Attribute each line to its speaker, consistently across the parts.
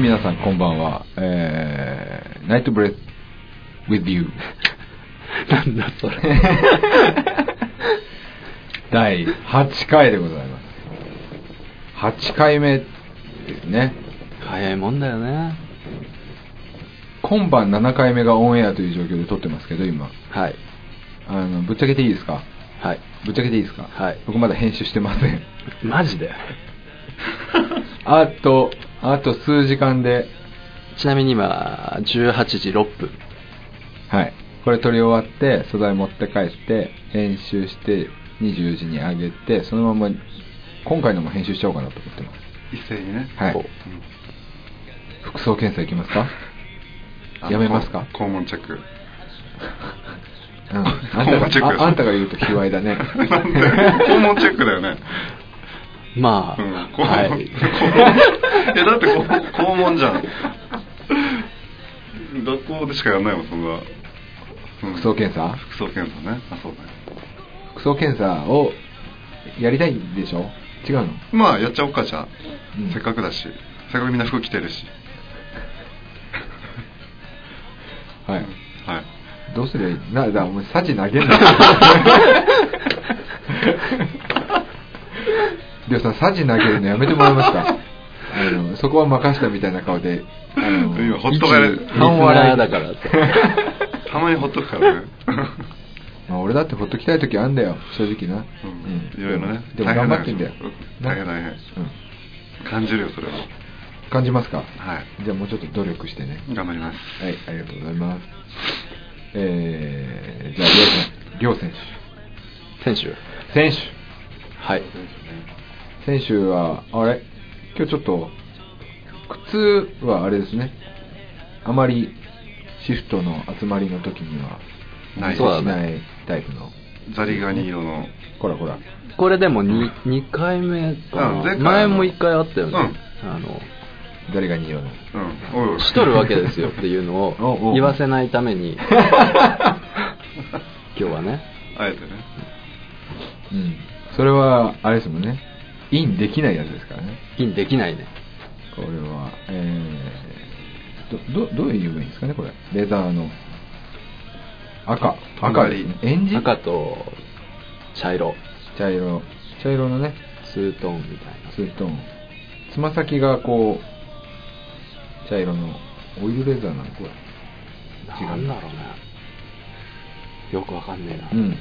Speaker 1: 皆さんこんばんは。えー、ナイトブレス with you
Speaker 2: なんだそれ。
Speaker 1: 第8回でございます。8回目ですね。
Speaker 2: 早いもんだよね。
Speaker 1: 今晩7回目がオンエアという状況で撮ってますけど、今。
Speaker 2: はい。
Speaker 1: あの、ぶっちゃけていいですか
Speaker 2: はい。
Speaker 1: ぶっちゃけていいですか
Speaker 2: はい
Speaker 1: 僕まだ編集してま せん。
Speaker 2: マジで
Speaker 1: あと、あと数時間で、
Speaker 2: ちなみに今、18時6分。
Speaker 1: はい。これ撮り終わって、素材持って帰って、編集して、20時に上げて、そのまま、今回のも編集しちゃおうかなと思ってます。
Speaker 3: 一斉にね。
Speaker 1: はい
Speaker 3: うん
Speaker 1: 服装検査いきますか
Speaker 3: あの
Speaker 1: やめますか
Speaker 3: こ肛門チェック。
Speaker 1: うん。 あん
Speaker 3: 肛
Speaker 1: た
Speaker 3: 門チェッ
Speaker 1: が、
Speaker 3: クです
Speaker 1: ああんたが言うと卑猥だね。
Speaker 3: なんで肛門チェックだよね。
Speaker 2: まあ、
Speaker 3: うん。肛門。
Speaker 2: は
Speaker 3: 肛門
Speaker 2: い。
Speaker 3: え、だって肛肛門じゃん。学校でしかやらないもん、そんな。うん
Speaker 1: 服装検査
Speaker 3: 服装検査ね。あ、そうだね。
Speaker 1: 服装検査をやりたいんでしょ違うの
Speaker 3: まあ、やっちゃおうか、じゃあ
Speaker 1: うん。
Speaker 3: せっかくだし。せっかくみんな服着てるし。
Speaker 1: はい。
Speaker 3: はい。
Speaker 1: どうすりゃいいのな、だ、お前、サチ投げ んな。でもさ、サチ投げるのやめてもらえますかあの、そこは任したみたいな顔で。あの
Speaker 3: 今ほっとかれ
Speaker 1: 一
Speaker 3: リス
Speaker 1: 半笑い
Speaker 2: ナーだからって
Speaker 3: たまにほっとくからね。
Speaker 1: まあ、俺だってほっときたい時あんだよ、正直な。
Speaker 3: うんいろいろね。
Speaker 1: でも
Speaker 3: 大変
Speaker 1: 頑張ってんだよ。な
Speaker 3: 大変大変。
Speaker 1: うん
Speaker 3: 感じるよ、それは。
Speaker 1: 感じますか
Speaker 3: はい。
Speaker 1: じゃあもうちょっと努力してね。
Speaker 3: 頑張ります。
Speaker 1: はい、ありがとうございます。えー、じゃあ、りょう選
Speaker 2: 選手。
Speaker 1: 手。選手。
Speaker 2: はい。
Speaker 1: 選手は、あれ、今日ちょっと、靴はあれですね、あまりシフトの集まりの時には、
Speaker 3: ない
Speaker 1: し
Speaker 2: そうだね
Speaker 1: ないタイプの、
Speaker 3: ザリガニ色の。
Speaker 1: こらこら、
Speaker 2: これでも 2, 2回目かな
Speaker 3: うん前回の
Speaker 2: 前も1回あったよね。あの、
Speaker 1: 誰が似合うの。
Speaker 3: うん。おいおい
Speaker 2: しとるわけですよっていうの
Speaker 1: おうお
Speaker 2: を
Speaker 1: う
Speaker 2: 言わせないた めに、今日はね。
Speaker 3: あえてね。
Speaker 1: うん。それは、あれですもんね、インできないやつですからね。
Speaker 2: インできないね。
Speaker 1: これは、えー、ど、ど、どう言えばいいんですかね、これ。レザーの。赤。赤ですね。エンジン
Speaker 2: 赤と茶色、
Speaker 1: 茶色。茶色のね、
Speaker 2: ツートーンみたいな。
Speaker 1: ツートーンつま先がこう茶色のオイルレザーなのこれ違う
Speaker 2: なんだろうねよくわかんねえな、
Speaker 1: うん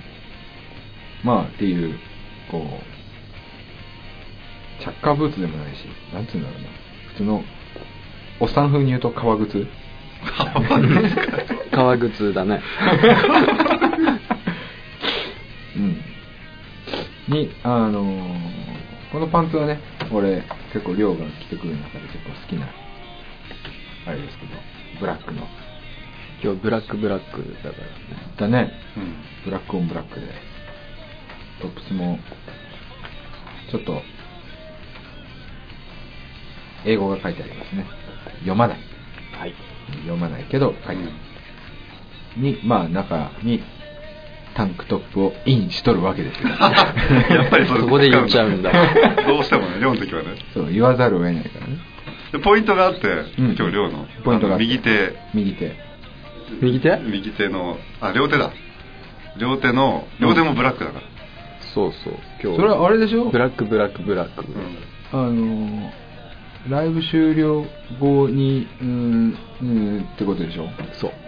Speaker 1: まあっていうこう着火ブーツでもないしなんつうんだろうな普通のおっさん風に言うと革靴
Speaker 2: 革靴だね
Speaker 1: うんにあのーこのパンツはね俺結構亮が着てくる中で結構好きなあれですけどブラックの
Speaker 2: 今日ブラックブラックだからね
Speaker 1: だね
Speaker 3: うん。
Speaker 1: ブラックオンブラックでトップスもちょっと英語が書いてありますね読まない
Speaker 2: はい
Speaker 1: 読まないけど書いてある、にまあ中にタンクトップをインしとるわけですよ
Speaker 3: やっぱりそれ
Speaker 2: そこで言っちゃうんだ
Speaker 3: どうしてもね、量の時はね。
Speaker 1: そう言わざるを得ないからね、
Speaker 3: でポイントがあって、
Speaker 1: うん
Speaker 3: 今日量の。
Speaker 1: ポイントが
Speaker 3: あの右手。
Speaker 1: 右手
Speaker 2: 右手
Speaker 3: 右手の、あ、両手だ。両手の、両手もブラックだから。
Speaker 2: そうそう今日
Speaker 1: それはあれでしょ
Speaker 2: ブラックブラックブラック、
Speaker 3: うん。
Speaker 1: あのーライブ終了後にうーんうーんってことでしょ
Speaker 2: そう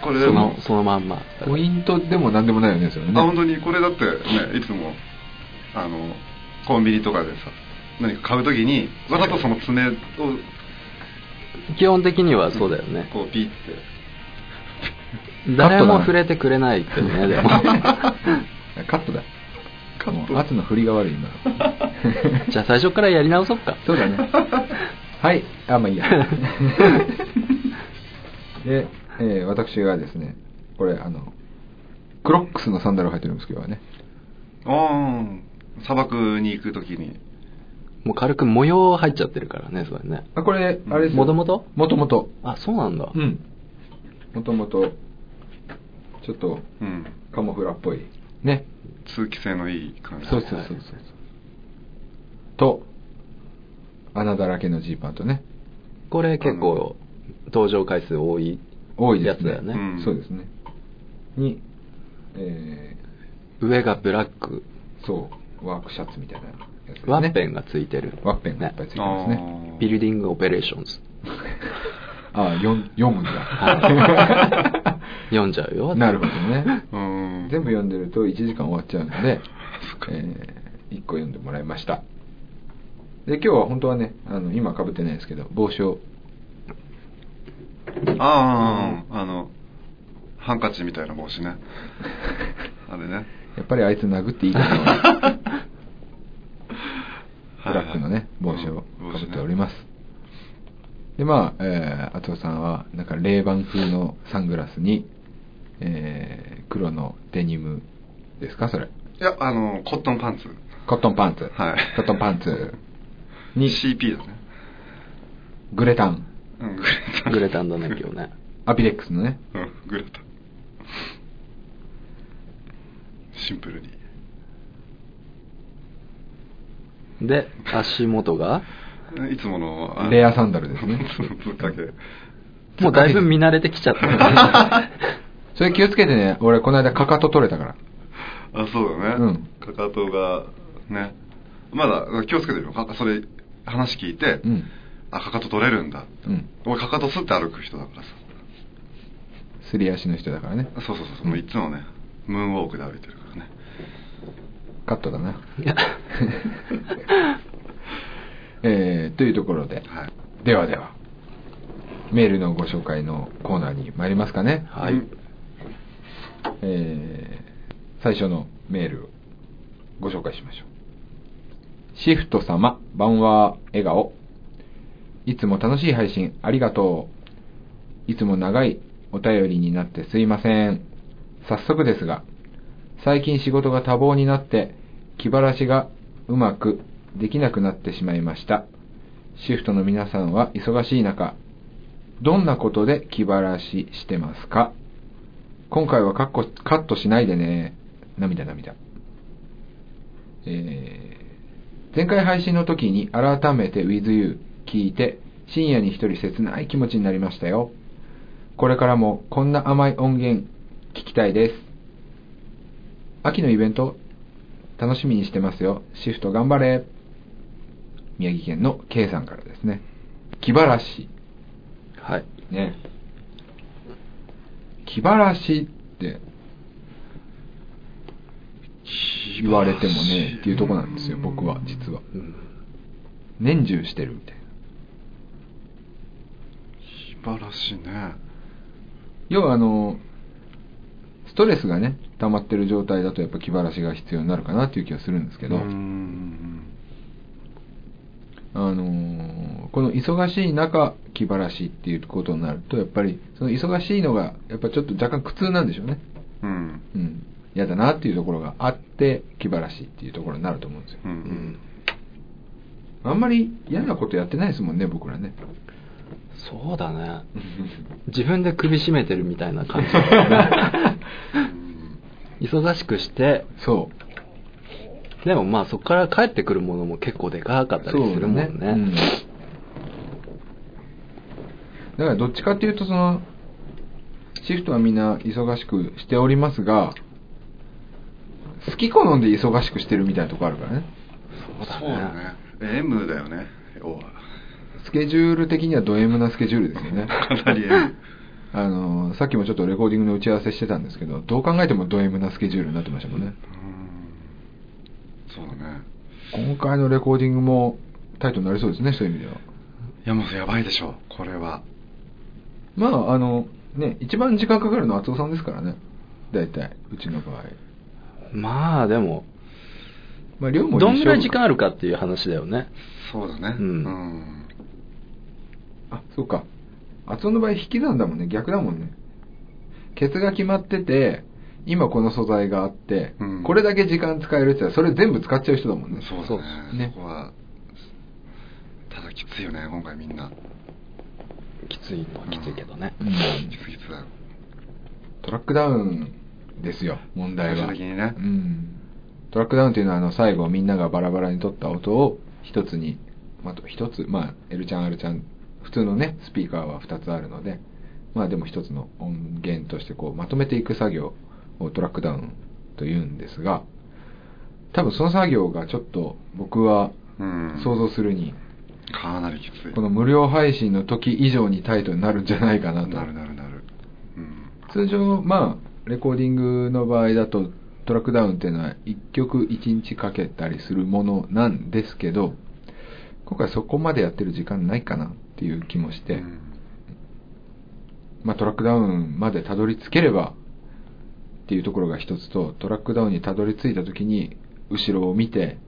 Speaker 3: これで
Speaker 2: そ
Speaker 3: も
Speaker 2: の、そのまんま
Speaker 1: ポイントでも何でもないよねそれね
Speaker 3: あ本当にこれだってねいつもあのコンビニとかでさ何か買うときにわざとその爪を
Speaker 2: 基本的にはそうだよね、
Speaker 3: こうピッて
Speaker 2: 誰
Speaker 1: カットだ
Speaker 2: も
Speaker 1: ね
Speaker 2: 触れてくれないけどね で も
Speaker 1: カットだ。
Speaker 3: カット
Speaker 1: もう圧の振りが悪い 今。
Speaker 2: じゃあ最初からやり直そっか
Speaker 1: そうだ ね。はい、あ、まあいいや。 で、えー私がですね、これ、あの、クロックスのサンダルを履いてるんですけどね。
Speaker 3: ああ砂漠に行くときに
Speaker 2: もう軽く模様入っちゃってるからねそれね
Speaker 1: あ、これ、あれですよ。
Speaker 2: 元々
Speaker 1: もともと。
Speaker 2: あそうなんだ、
Speaker 1: うん。もともと、ちょっと、
Speaker 3: うん
Speaker 1: カモフラっぽい。ね。
Speaker 3: 通気性のいい感じ
Speaker 1: そうそうそうそう。と、穴だらけのジーパンとね
Speaker 2: これ結構登場回数多い
Speaker 1: 多いで
Speaker 2: や
Speaker 1: す
Speaker 2: つ
Speaker 1: ね
Speaker 2: だよね
Speaker 3: うん
Speaker 1: そうですねに、え
Speaker 2: 上がブラック
Speaker 1: ーそうワークシャツみたいなやつですね
Speaker 2: ワッペンがついてる
Speaker 1: ワッペンがいっぱいついてますね
Speaker 3: あー
Speaker 2: ビルディングオペレーションズ
Speaker 1: ああ 4, 四文字だ
Speaker 2: は 読んじゃうよ
Speaker 1: なるほどね
Speaker 3: うん
Speaker 1: 全部読んでると1時間終わっちゃうので
Speaker 3: そっ、か
Speaker 1: え1個読んでもらいましたで今日は本当はねあの今かぶってないですけど帽子を
Speaker 3: ああ、あの、ハンカチみたいな帽子ね。 あれね。
Speaker 1: やっぱりあいつ殴っていいかなブラックのね
Speaker 3: はい
Speaker 1: 帽
Speaker 3: はい
Speaker 1: 子を
Speaker 3: うん
Speaker 1: かぶっております、でまあ、えー、アトさんはなんか冷板風のサングラスに、えー黒のデニムですかそれ
Speaker 3: いや、あの、コットンパンツ。
Speaker 1: コットンパンツ、
Speaker 3: はい
Speaker 1: コットンパンツに
Speaker 3: CP だね。
Speaker 1: グレタン
Speaker 3: うん、グレタン。
Speaker 2: グレタンだね今日 ね
Speaker 1: アピレックスのね
Speaker 3: うん、グレタン。シンプルに。
Speaker 2: で足元が
Speaker 3: いつもの、あの
Speaker 1: レアサンダルですね
Speaker 3: ぶっかけ。
Speaker 2: もうだいぶ見慣れてきち ゃったね
Speaker 1: それ気をつけてね俺この間かかと取れたから
Speaker 3: あ、そうだね。
Speaker 1: うん
Speaker 3: かかとが、ね。まだ、気をつけてみよう。かそれ、話聞いて、
Speaker 1: うん
Speaker 3: あ、かかと取れるんだ。
Speaker 1: うん
Speaker 3: 俺、かかとすって歩く人だからさ。
Speaker 1: すり足の人だからね
Speaker 3: そうそうそうそう、もういつもね、ムーンウォークで歩いてるからね。
Speaker 1: カットだなえーというところで
Speaker 3: はい。
Speaker 1: ではではメールのご紹介のコーナーに参りますかね、
Speaker 2: はい
Speaker 3: うん
Speaker 1: えー最初のメールをご紹介しましょうシフト様晩は笑顔いつも楽しい配信ありがとういつも長いお便りになってすいません早速ですが最近仕事が多忙になって気晴らしがうまくできなくなってしまいましたシフトの皆さんは忙しい中どんなことで気晴らししてますか今回はカッコカットしないでね涙涙えー前回配信の時に改めて WithYou 聞いて深夜に一人切ない気持ちになりましたよこれからもこんな甘い音源聞きたいです秋のイベント楽しみにしてますよシフト頑張れ宮城県の K さんからですね気晴らし
Speaker 2: はい
Speaker 1: ね気晴らしって言われてもねっていうとこなんですよ僕は実は
Speaker 2: うん
Speaker 1: 年中してるみたいな
Speaker 3: 気晴らしいね。
Speaker 1: 要はあのストレスがね溜まってる状態だとやっぱ気晴らしが必要になるかなっていう気がするんですけど、
Speaker 3: うーん
Speaker 1: あのーこの忙しい中気晴らしっていうことになるとやっぱりその忙しいのがやっぱちょっと若干苦痛なんでしょうね
Speaker 3: うん。
Speaker 1: うん嫌だなっていうところがあって気晴らしっていうところになると思うんですよ、
Speaker 3: う
Speaker 2: うんん。
Speaker 1: あんまり嫌なことやってないですもんね僕らね
Speaker 2: そうだね自分で首絞めてるみたいな感じだね 忙しくして
Speaker 1: そう
Speaker 2: でもまあそこから帰ってくるものも結構でかかったりするもん
Speaker 1: そうだうん
Speaker 2: ね
Speaker 1: だからどっちかっていうとそのシフトはみんな忙しくしておりますが好き好んで忙しくしてるみたいなとこあるからね
Speaker 3: そうだね。M だよね、要は。
Speaker 1: スケジュール的にはド M なスケジュールですよね
Speaker 3: かなり M。
Speaker 1: あのさっきもちょっとレコーディングの打ち合わせしてたんですけどどう考えてもド M なスケジュールになってましたもんね
Speaker 3: うんそうだね。
Speaker 1: 今回のレコーディングもタイトになりそうですねそういう意味ではい
Speaker 3: や、もうやばいでしょ、これは。
Speaker 1: まああのね一番時間かかるのは厚尾さんですからね大体うちの場合
Speaker 2: まあでも
Speaker 1: まあ量も一緒
Speaker 2: どんぐらい時間あるかっていう話だよね
Speaker 3: そうだね。
Speaker 2: うん
Speaker 3: うん
Speaker 1: あそうか厚尾の場合引き算だもんね逆だもんねケツが決まってて今この素材があって、
Speaker 3: うん
Speaker 1: これだけ時間使えるって言ったらそれ全部使っちゃう人だもんね
Speaker 3: そう
Speaker 2: そう
Speaker 3: だ
Speaker 1: ね
Speaker 3: ね。そこは、ただきついよね、今回みんな。
Speaker 2: きついのはきついけどね、
Speaker 1: うん
Speaker 3: きついきついだよ。
Speaker 1: トラックダウンですよ問題は
Speaker 3: 最終的にね
Speaker 1: うん、トラックダウンっていうのはあの最後みんながバラバラに撮った音を一つにあと一つ、まあ、L ちゃん、R ちゃん、普通のね、スピーカーは2つあるので、まあでも一つの音源としてこうまとめていく作業をトラックダウンというんですが、多分その作業がちょっと僕は
Speaker 3: うん
Speaker 1: 想像するに、
Speaker 3: かなりきつい
Speaker 1: この無料配信の時以上にタイトになるんじゃないかなと。
Speaker 3: なるなるなるうん
Speaker 1: 通常、まあ、レコーディングの場合だと、トラックダウンっていうのは1曲1日かけたりするものなんですけど、今回そこまでやってる時間ないかなっていう気もして、
Speaker 3: うん
Speaker 1: まあ、トラックダウンまでたどり着ければっていうところが一つと、トラックダウンにたどり着いた時に、後ろを見て、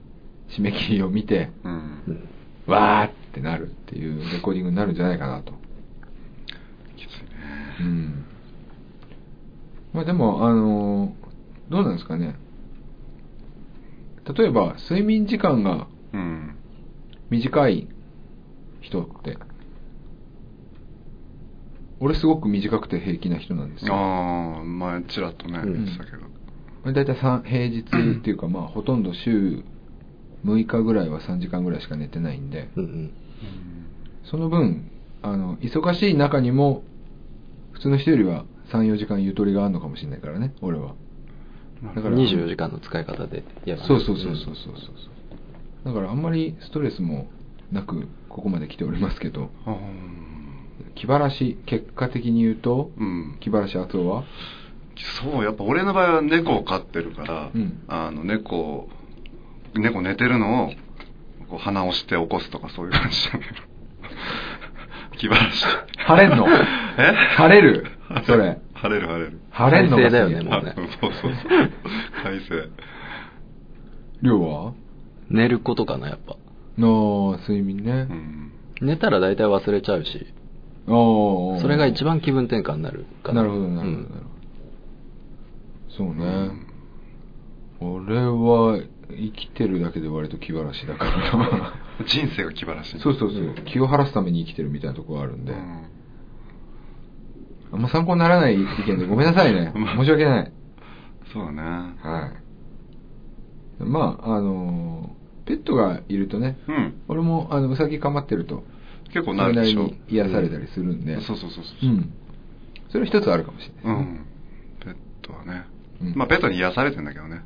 Speaker 1: 締め切りを見て、
Speaker 3: うん
Speaker 2: うん
Speaker 1: わーってなるっていうレコーディングになるんじゃないかなと。
Speaker 3: きついね
Speaker 1: うん。まあでも、あのーどうなんですかね。例えば、睡眠時間が
Speaker 3: うん
Speaker 1: 短い人って、俺すごく短くて平気な人なんですよ。
Speaker 3: ああ前ちらっとね
Speaker 2: うん
Speaker 3: 言ってたけど
Speaker 1: だいたい平日っていうか、まあほとんど週6日ぐらいは3時間ぐらいしか寝てないんで、
Speaker 2: うんうん
Speaker 1: その分、あの、忙しい中にも、普通の人よりは3、4時間ゆとりがあるのかもしれないからね、俺は。
Speaker 3: な
Speaker 1: だか
Speaker 3: るほ
Speaker 1: ら
Speaker 3: ど
Speaker 2: 24時間の使い方で言えばね
Speaker 1: そうそうそうそうそうそう、だからあんまりストレスもなくここまで来ておりますけど
Speaker 3: あー
Speaker 1: 気晴らし結果的に言うと、
Speaker 3: うん
Speaker 1: 気晴らし厚夫は
Speaker 3: そうやっぱ俺の場合は猫を飼ってるから、
Speaker 1: うん
Speaker 3: あの猫を猫寝てるのをこう鼻をして起こすとかそういう感じだけど 気晴らし
Speaker 1: 晴れんの
Speaker 3: え
Speaker 1: 晴れるそれ
Speaker 3: 晴れる晴れる
Speaker 1: 晴れんのが好き
Speaker 2: 快晴だよねもう
Speaker 3: あそうそうそう快晴
Speaker 1: りょうは
Speaker 2: 寝ることかなやっぱ
Speaker 1: の睡眠ね、
Speaker 3: うん
Speaker 2: 寝たら大体忘れちゃうし
Speaker 1: あー
Speaker 2: それが一番気分転換になるかな
Speaker 1: なるほどなるほど、なるほどそうね、俺は生きてるだけで割と気晴らしだから
Speaker 3: 人生が気晴らしい
Speaker 1: そうそうそう気を晴らすために生きてるみたいなとこがあるんで、
Speaker 3: うん。
Speaker 1: あんま参考にならない意見でごめんなさいね
Speaker 3: まあ
Speaker 1: 申し訳ない。
Speaker 3: そうだね
Speaker 1: はい。まあ、あのーペットがいるとね、
Speaker 3: うん
Speaker 1: 俺も、あの、うさぎ構ってると、
Speaker 3: 結構
Speaker 1: そ
Speaker 3: な
Speaker 1: れ
Speaker 3: る
Speaker 1: な
Speaker 3: で
Speaker 1: り
Speaker 3: しょ
Speaker 1: に癒されたりするんで、。
Speaker 3: そうそうそうそううん
Speaker 1: それは一つあるかもしれ
Speaker 3: う
Speaker 1: ないですね。
Speaker 3: んペットはね、
Speaker 1: うん
Speaker 3: まあペットに癒されてんだけどね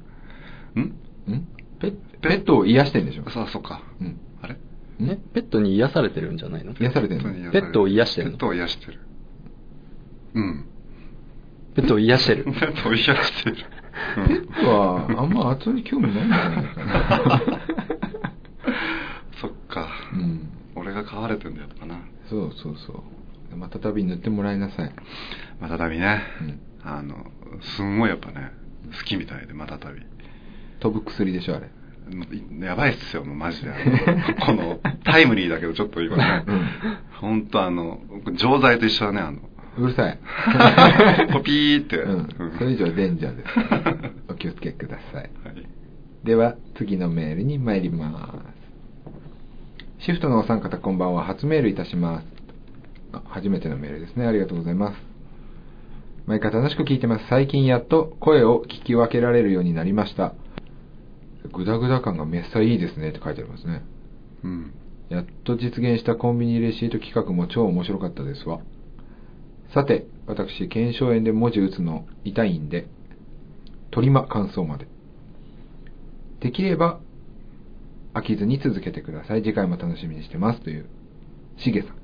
Speaker 3: ん
Speaker 1: んペペットを癒してんでしょ
Speaker 3: さあそうか、
Speaker 1: うん
Speaker 3: あれ
Speaker 2: ねペットに癒されてるんじゃないの
Speaker 1: 癒されてん
Speaker 3: ペ
Speaker 1: の
Speaker 3: ットに癒さ
Speaker 2: ペ
Speaker 3: れ
Speaker 2: ットを癒してるの
Speaker 3: ペットを癒してるうん
Speaker 2: ペットを癒して
Speaker 3: ペ
Speaker 2: る
Speaker 3: ットを癒してる、
Speaker 1: ペ
Speaker 3: うん
Speaker 1: ットは、あんま後に興味ないんじゃないかな。
Speaker 3: そっか、
Speaker 1: うん
Speaker 3: 俺が飼われてんだよかな
Speaker 1: そうそうそう。またたび塗ってもらいなさい。
Speaker 3: またたびね、
Speaker 1: うん
Speaker 3: あのすんごいやっぱね好きみたいでまたたび
Speaker 1: 飛ぶ薬でしょ、あれ。
Speaker 3: もういやばいっすよ、もうマジで。あのこの、タイムリーだけど、ちょっと今ね
Speaker 1: うん、
Speaker 3: ほんとあの、錠剤と一緒だね、あの、
Speaker 1: うるさ い。
Speaker 3: コピーって。
Speaker 1: うん
Speaker 3: うん
Speaker 1: それ以上デンジャー ですから。お気をつけください。
Speaker 3: はい
Speaker 1: では、次のメールに参ります。シフトのお三方、こんばんは。初メールいたします。あ初めてのメールですね。ありがとうございます。毎回楽しく聞いてます。最近やっと声を聞き分けられるようになりました。グダグダ感がめっさいいですねって書いてありますね。
Speaker 3: うん。
Speaker 1: やっと実現したコンビニレシート企画も超面白かったですわ。さて、私、検証炎で文字打つの痛いんで、取り間感想まで。できれば、飽きずに続けてください。次回も楽しみにしてます。という、しげさん。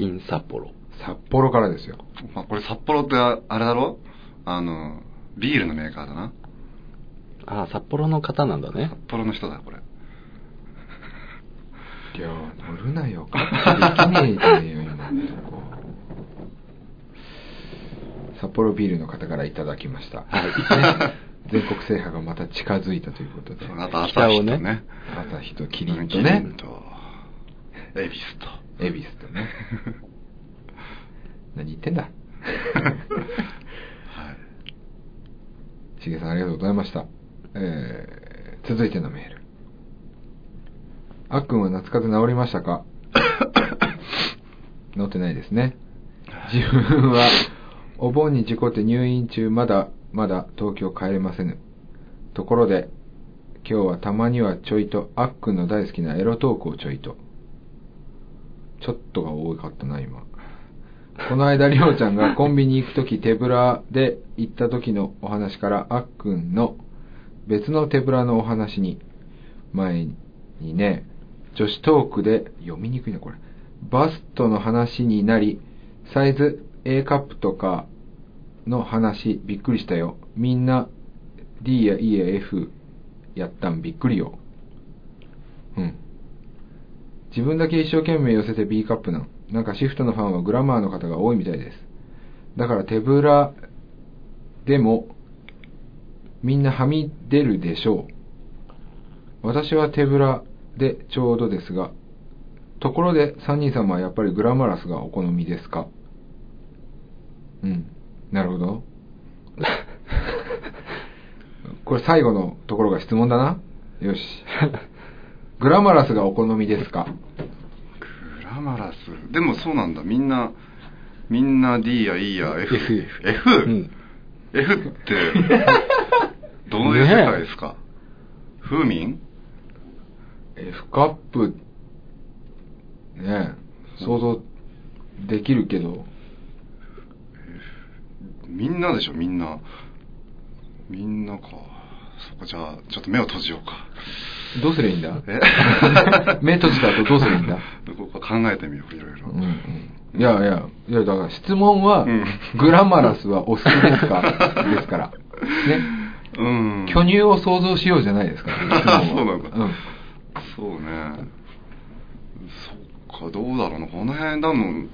Speaker 2: イン札幌
Speaker 1: 札幌からですよ。
Speaker 3: まあ、これ札幌ってああれだろあの、ビールのメーカーだな。
Speaker 2: ああ札幌の方なんだね
Speaker 3: 札幌の人だ、これ。
Speaker 1: いや乗るなよ。勝手にできねえじゃねえよ、今のとこ。札幌ビールの方からいただきました。 全国制覇がまた近づいたということで。
Speaker 3: そうあと朝日
Speaker 2: 北を
Speaker 3: と
Speaker 2: ね
Speaker 3: ね。
Speaker 1: 朝日とキリンと
Speaker 3: キ
Speaker 1: ね
Speaker 3: リンと、エビスと。
Speaker 1: 恵比寿と ね何言ってんだ
Speaker 3: はい。
Speaker 1: しげさんありがとうございました、えー続いてのメールあっくんは夏風邪治りましたか治ってないですね自分はお盆に事故って入院中まだまだ東京帰れませぬところで今日はたまにはちょいと、あっくんの大好きなエロトークをちょいと。ちょっとが多かったな、今。この間、りょうちゃんがコンビニ行くとき手ぶらで行った時のお話から、あっくんの別の手ぶらのお話に、前にね、女子トークで、読みにくいな、これ。バストの話になり、サイズ A カップとかの話、びっくりしたよ。みんな D や E や F やったんびっくりよ。うん。自分だけ一生懸命寄せて B カップなん。なんかシフトのファンはグラマーの方が多いみたいです。だから手ぶらでもみんなはみ出るでしょう。私は手ぶらでちょうどですが、ところで3人様はやっぱりグラマラスがお好みですかうん。なるほど。これ最後のところが質問だな。よし。グラマラスがお好みですか
Speaker 3: グラマラスでもそうなんだみんなみんな D や E や F
Speaker 2: F
Speaker 3: F
Speaker 2: うん、
Speaker 3: F ってどういう世界ですか、風民
Speaker 1: F カップねえ想像できるけど
Speaker 3: みんなでしょみんなみんなかそっかじゃあちょっと目を閉じようか
Speaker 1: どうすりゃいいんだ
Speaker 3: え
Speaker 1: 目閉じた後どうすりゃいいんだ、
Speaker 3: どこか考えてみよういろいろ、
Speaker 1: うんうん、いやいやいやだから質問は、
Speaker 3: うん
Speaker 1: グラマラスはお好きです かですからね
Speaker 3: うん
Speaker 1: 巨乳を想像しようじゃないですから、質問は
Speaker 3: そうな
Speaker 1: うん
Speaker 3: んだそうねそっかどうだろうなこの辺だもん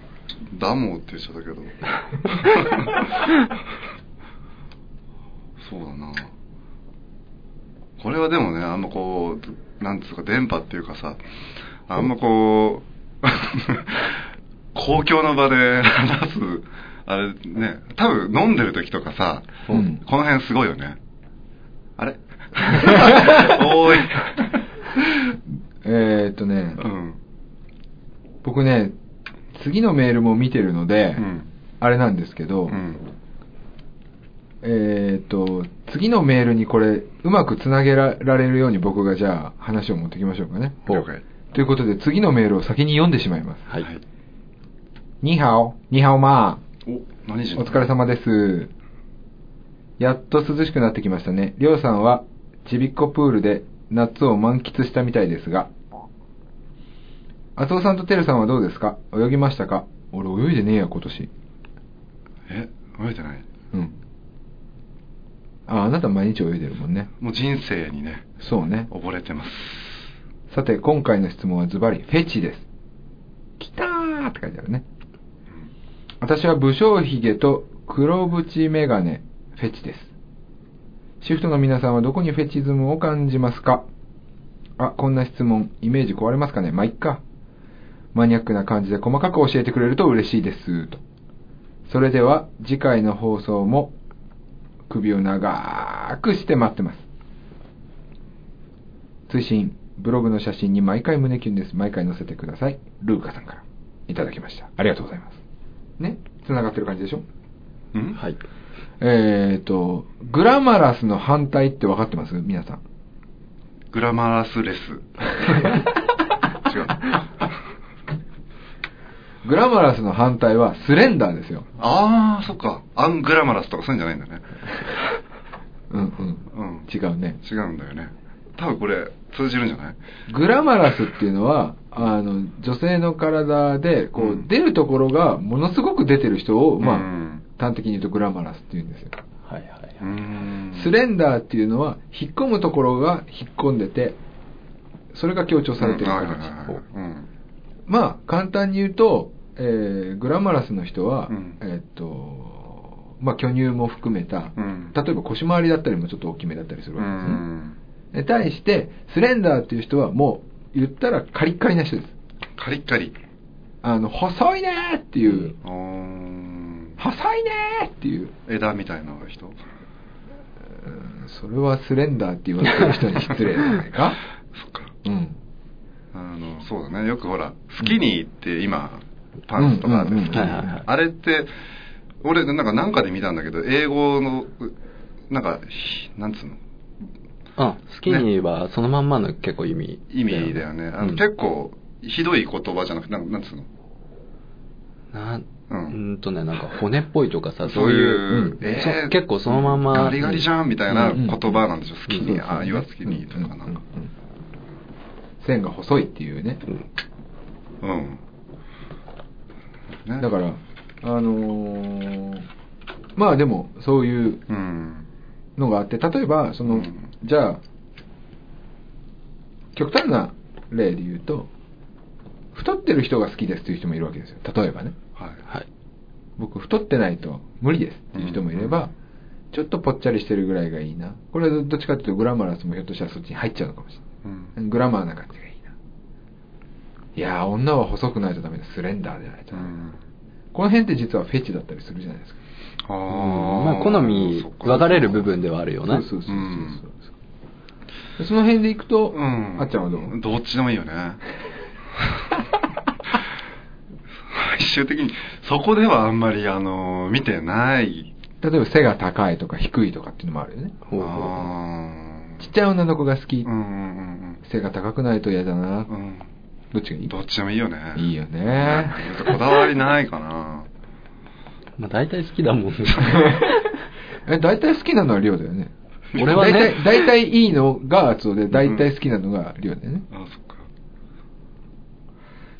Speaker 3: だもんって言っちゃったけど そうだなこれはでもねあんまこうなんつうか電波っていうかさあんまこう 公共の場で 話すあれね多分飲んでる時とかさ、
Speaker 1: うん
Speaker 3: この辺すごいよね あれおーい
Speaker 1: えーっとね、
Speaker 3: うん
Speaker 1: 僕ね次のメールも見てるので、
Speaker 3: うん
Speaker 1: あれなんですけど、
Speaker 3: うん
Speaker 1: えーっと、次のメールにこれ、うまくつなげられるように僕がじゃあ話を持ってきましょうかね。
Speaker 3: 了解
Speaker 1: ということで、次のメールを先に読んでしまいます。
Speaker 2: はい、
Speaker 1: ニハオ、ニハオマ
Speaker 3: お何時
Speaker 1: ー。お疲れ様です。やっと涼しくなってきましたね。りょうさんは、ちびっこプールで夏を満喫したみたいですが、あつおさんとてるさんはどうですか泳ぎましたか俺泳いでねえや、今年。
Speaker 3: え覚えてない
Speaker 1: うん。あ、あなた毎日泳いでるもんね。
Speaker 3: もう人生にね
Speaker 1: そうね。
Speaker 3: 溺れてます
Speaker 1: さて、今回の質問はズバリ、フェチです。きたーって書いてあるね。私は武将髭と黒縁メガネ、フェチです。シフトの皆さんはどこにフェチズムを感じますかあ、こんな質問、イメージ壊れますかねまあ、いっか。マニアックな感じで細かく教えてくれると嬉しいです。と。それでは、次回の放送も、首を長くして待ってます。追伸ブログの写真に毎回胸キュンです毎回載せてくださいルーカさんからいただきましたありがとうございますねつながってる感じでしょ
Speaker 3: うん
Speaker 2: はい、
Speaker 1: えっ、ー、とグラマラスの反対って分かってます皆 さん
Speaker 3: グラマラス レス違う
Speaker 1: グラマラスの反対はスレンダーですよ
Speaker 3: ああそっかアングラマラスとかそういうんじゃないんだね
Speaker 1: うん
Speaker 3: うん
Speaker 1: うん違うね
Speaker 3: 違うんだよね多分これ通じるんじゃない
Speaker 1: グラマラスっていうのはあの女性の体でこ
Speaker 3: う
Speaker 1: うん出るところがものすごく出てる人を、まあ
Speaker 3: うん
Speaker 1: 端的に言うとグラマラスって言うんですよ
Speaker 2: はいはいう
Speaker 3: ーん
Speaker 1: スレンダーっていうのは引っ込むところが引っ込んでてそれが強調されてる
Speaker 3: うんはい
Speaker 1: 形、
Speaker 3: はいはいはいうん
Speaker 1: まあ簡単に言うと、えーグラマラスの人は、
Speaker 3: うん
Speaker 1: えーっとまあ巨乳も含めた、
Speaker 3: うん
Speaker 1: 例えば腰回りだったりもちょっと大きめだったりする
Speaker 3: う
Speaker 1: わけですね、
Speaker 3: ん
Speaker 1: で対してスレンダーっていう人はもう言ったらカリッカリな人です
Speaker 3: カリッカリ
Speaker 1: あの細いねーっていう、
Speaker 3: うーん
Speaker 1: 細いねーっていう
Speaker 3: 枝みたいな人
Speaker 1: うんそれはスレンダーって言われてる人に失礼じゃないか
Speaker 3: そっか
Speaker 1: うん
Speaker 3: あのそうだねよくほらスキニーって今パンツとかあって
Speaker 1: うんうん
Speaker 3: ス
Speaker 1: うん
Speaker 3: キ
Speaker 2: は
Speaker 3: ニ
Speaker 2: いはいは
Speaker 3: ー
Speaker 2: い
Speaker 3: あれって俺なんかなんかで見たんだけど英語のうなんかひなんつうの
Speaker 2: あスキニーはそのまんまの結構意味、
Speaker 3: 意味だよね。あの、
Speaker 2: うん
Speaker 3: 結構、ひどい言葉じゃなくて、なんなんつうの
Speaker 2: な
Speaker 3: う
Speaker 2: うんんとねなんか骨っぽいとかさ
Speaker 3: そういう
Speaker 2: う、ん
Speaker 3: えー
Speaker 2: そ結構そのまんま
Speaker 3: ガリガリじゃんみたいな
Speaker 1: うん
Speaker 3: 言葉なんでしょ。好き
Speaker 1: そう
Speaker 3: に、
Speaker 1: そう
Speaker 3: ああ、いわ好きにとかな
Speaker 1: うんん
Speaker 3: か。
Speaker 1: うんうん線が細いっていうね
Speaker 2: うん
Speaker 3: うん。ね
Speaker 1: だからあのーまあでもそういう
Speaker 3: うん。
Speaker 1: のがあって例えばその、
Speaker 3: うん
Speaker 1: じゃあ極端な例で言うと太ってる人が好きですという人もいるわけですよ例えばね
Speaker 3: はい。
Speaker 2: はい
Speaker 1: 僕太ってないと無理ですっていう人もいれば、
Speaker 3: うん
Speaker 1: ちょっとぽっちゃりしてるぐらいがいいなこれはどっちかっていうとグラマラスもひょっとしたらそっちに入っちゃうのかもし
Speaker 3: う
Speaker 1: れなんいグラマーな感じがいいないやー女は細くないとダメだスレンダーでないとダ
Speaker 3: う
Speaker 1: メだ、
Speaker 3: ん。
Speaker 1: この辺って実はフェチだったりするじゃないですか
Speaker 3: ああ
Speaker 2: うんまあ好み分かれる部分ではあるよね
Speaker 1: そうそうそうそうそう
Speaker 3: うん
Speaker 1: でその辺でいくと、
Speaker 3: うん。
Speaker 1: あっちゃんはどう
Speaker 3: どっちでもいいよね。 最終的に、そこではあんまり、あの、見てない。
Speaker 1: 例えば背が高いとか低いとかっていうのもあるよね
Speaker 2: ほうほうほ
Speaker 3: あー
Speaker 1: ちっちゃい女の子が好き、
Speaker 3: うんうん
Speaker 1: 背が高くないと嫌だな、
Speaker 3: うんうん。
Speaker 1: どっちがい
Speaker 3: うん。
Speaker 1: い
Speaker 3: どっちでもいいよね。
Speaker 1: いいよね
Speaker 3: なんかちょっとこだわりないか な。
Speaker 2: うまあ大体好きだもんね
Speaker 1: え大体好きなのは量だよね
Speaker 2: 俺はね
Speaker 1: 大体大体いいのがアツオで大体好きなのが量だよね、
Speaker 3: あ、そっか。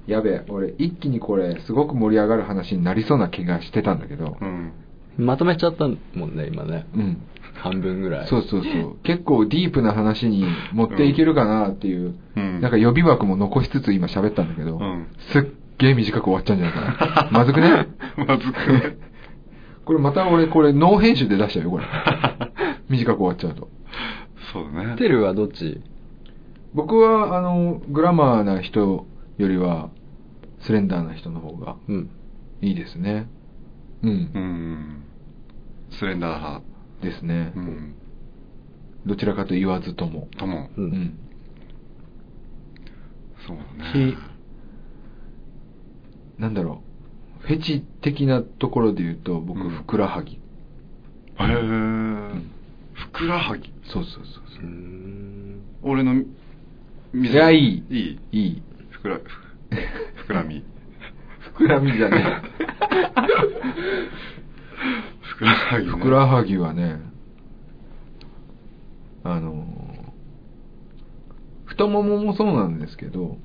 Speaker 1: やべえ俺一気にこれすごく盛り上がる話になりそうな気がしてたんだけど
Speaker 3: うん。
Speaker 2: まとめちゃったもんね今ね
Speaker 1: うん
Speaker 2: 半分ぐらい
Speaker 1: そうそうそう。結構ディープな話に持っていけるかなっていう、
Speaker 3: うん
Speaker 1: なんか予備枠も残しつつ今喋ったんだけど、
Speaker 3: うん
Speaker 1: すっげえ短く終わっちゃうんじゃないか な。まずくね
Speaker 3: まずくね。
Speaker 1: これまた俺、これノー編集で出しちゃうよ、こ れ。短く終わっちゃうと。
Speaker 3: そうだね。
Speaker 2: テルはどっち
Speaker 1: 僕は、あの、グラマーな人よりは、スレンダーな人の方が
Speaker 2: うん
Speaker 1: いいですね。うん。
Speaker 3: うん。スレンダー派。
Speaker 1: ですね、
Speaker 3: うん。
Speaker 1: どちらかと言わずとも。
Speaker 3: とも。
Speaker 2: うん
Speaker 3: そうだね
Speaker 1: ひ。なんだろうフェチ的なところで言うと僕、
Speaker 3: うん
Speaker 1: ふくらはぎ
Speaker 3: へえ。ふくらはぎ。
Speaker 1: そうそうそう
Speaker 2: うーん
Speaker 3: 俺の
Speaker 1: いやいい
Speaker 3: いい。
Speaker 1: いい
Speaker 3: ふくら、ふふくらみ。
Speaker 1: ふくらみじゃね
Speaker 3: ふくらは
Speaker 1: え
Speaker 3: ぎね。
Speaker 1: ふくらはぎはねあのー太もももそうなんですけど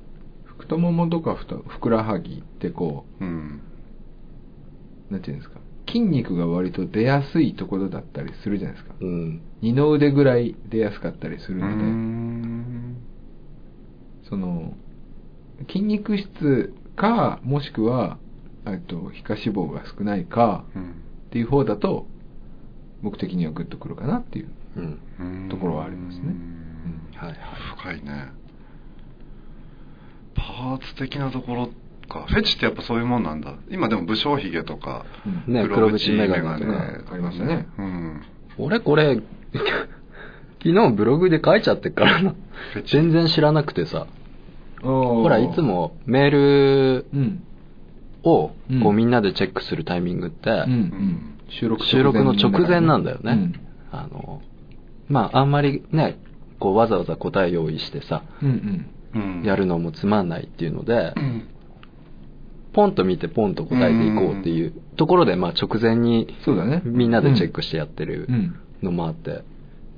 Speaker 1: 太ももとかふたふくらはぎってこ
Speaker 3: うん。
Speaker 1: うなんていうんですか筋肉が割と出やすいところだったりするじゃないですか
Speaker 2: うん
Speaker 1: 二の腕ぐらい出やすかったりす
Speaker 3: う
Speaker 1: る
Speaker 3: ー
Speaker 1: ので、
Speaker 3: ん。
Speaker 1: その筋肉質かもしくはえっと皮下脂肪が少ないか
Speaker 3: うん
Speaker 1: っていう方だと僕的にはグッとくるかなっていう
Speaker 2: うん
Speaker 3: うん
Speaker 1: ところはありますね
Speaker 3: うん
Speaker 2: はいはい
Speaker 3: 深いねパーツ的なところかフェチってやっぱそういうもんなんだ今でも武将髭とか、
Speaker 1: うん
Speaker 2: ね
Speaker 3: 黒縁
Speaker 2: 黒縁メ
Speaker 3: メガ
Speaker 2: ガ
Speaker 3: ネ
Speaker 2: ネ
Speaker 3: と
Speaker 2: と
Speaker 3: か
Speaker 2: か
Speaker 1: ありましたね
Speaker 3: うん
Speaker 2: 俺これ 昨日ブログで書いちゃってっからな
Speaker 3: フェチ
Speaker 2: 全然知らなくてさ
Speaker 1: ほ
Speaker 2: ほらいつもメール
Speaker 1: うん
Speaker 2: をこう
Speaker 1: うん
Speaker 2: みんなでチェックするタイミングって、
Speaker 1: うんうん収録
Speaker 2: 収録の直前なんだよね、
Speaker 1: うん
Speaker 2: あのまああんまりねこうわざわざ答え用意してさ、
Speaker 1: うんうん
Speaker 3: うん
Speaker 2: やるのもつまんないっていうので、
Speaker 3: うん
Speaker 2: ポンと見てポンと答えていこうっていうところで、まあ、直前に
Speaker 1: そうだね
Speaker 2: みんなでチェックしてやってる
Speaker 1: うん
Speaker 2: のもあって